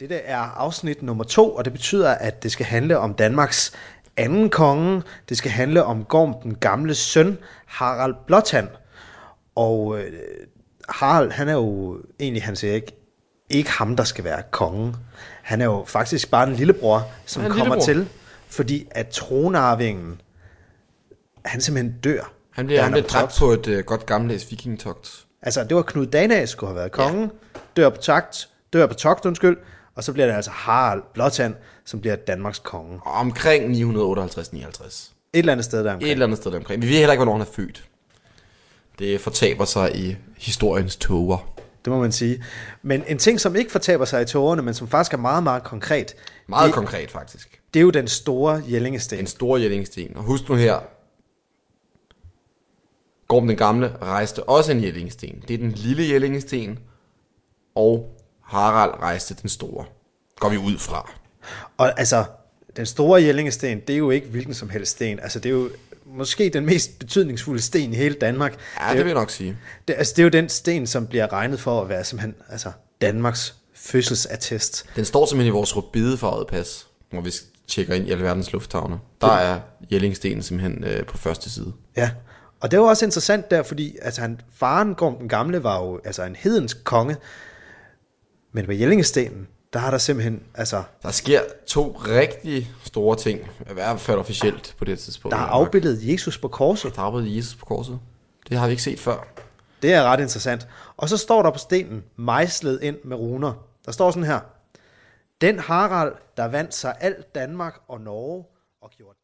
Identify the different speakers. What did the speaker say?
Speaker 1: Dette er afsnit nummer to, og det betyder, at det skal handle om Danmarks anden konge. Det skal handle om Gorm den gamle søn, Harald Blåtand. Og øh, Harald, han er jo egentlig, han siger ikke, ikke ham, der skal være kongen. Han er jo faktisk bare en lillebror, som
Speaker 2: Han er en
Speaker 1: kommer
Speaker 2: lillebror.
Speaker 1: til, fordi at tronarvingen, han simpelthen dør.
Speaker 2: Han
Speaker 1: da
Speaker 2: bliver, han
Speaker 1: er
Speaker 2: bliver
Speaker 1: på
Speaker 2: dræbt
Speaker 1: togt.
Speaker 2: på et øh, godt gammeldags vikingtogt.
Speaker 1: Altså, det var Knud Dana, skulle have været kongen, ja. dør på takt, dør på togt, undskyld, og så bliver det altså Harald Blåtand, som bliver Danmarks konge.
Speaker 2: Omkring 958-59.
Speaker 1: Et eller andet sted der
Speaker 2: Et eller andet sted omkring. Vi ved heller ikke, hvornår han er født. Det fortaber sig i historiens tåger.
Speaker 1: Det må man sige. Men en ting, som ikke fortaber sig i tårerne, men som faktisk er meget, meget konkret,
Speaker 2: Meget
Speaker 1: det,
Speaker 2: konkret, faktisk.
Speaker 1: det er jo den store
Speaker 2: En
Speaker 1: Jellingsten.
Speaker 2: stor jællingsten. Og husk nu her. Gorm den Gamle rejste også en jællingsten. Det er den lille jællingsten. Og Harald rejste den store. Går vi ud fra.
Speaker 1: Og altså, den store Jellingsten, det er jo ikke hvilken som helst sten. Altså, det er jo måske den mest betydningsfulde sten i hele Danmark.
Speaker 2: Ja, det, det vil jeg nok sige.
Speaker 1: Det, altså, det er jo den sten, som bliver regnet for at være simpelthen altså, Danmarks fødselsattest.
Speaker 2: Den står simpelthen i vores rubidefarvede pas, når vi tjekker ind i alverdens lufthavne. Der er Jellingstenen simpelthen øh, på første side.
Speaker 1: Ja, og det var også interessant der, fordi altså, han, faren Gorm den Gamle var jo altså, en hedensk konge, men ved Jellingstenen, der har der simpelthen, altså,
Speaker 2: Der sker to rigtig store ting, i hvert fald officielt på det her tidspunkt.
Speaker 1: der er afbildet Jesus på korset.
Speaker 2: Der er afbildet Jesus på korset. Det har vi ikke set før.
Speaker 1: Det er ret interessant. Og så står der på stenen, mejslet ind med runer. Der står sådan her. Den Harald, der vandt sig alt Danmark og Norge og gjorde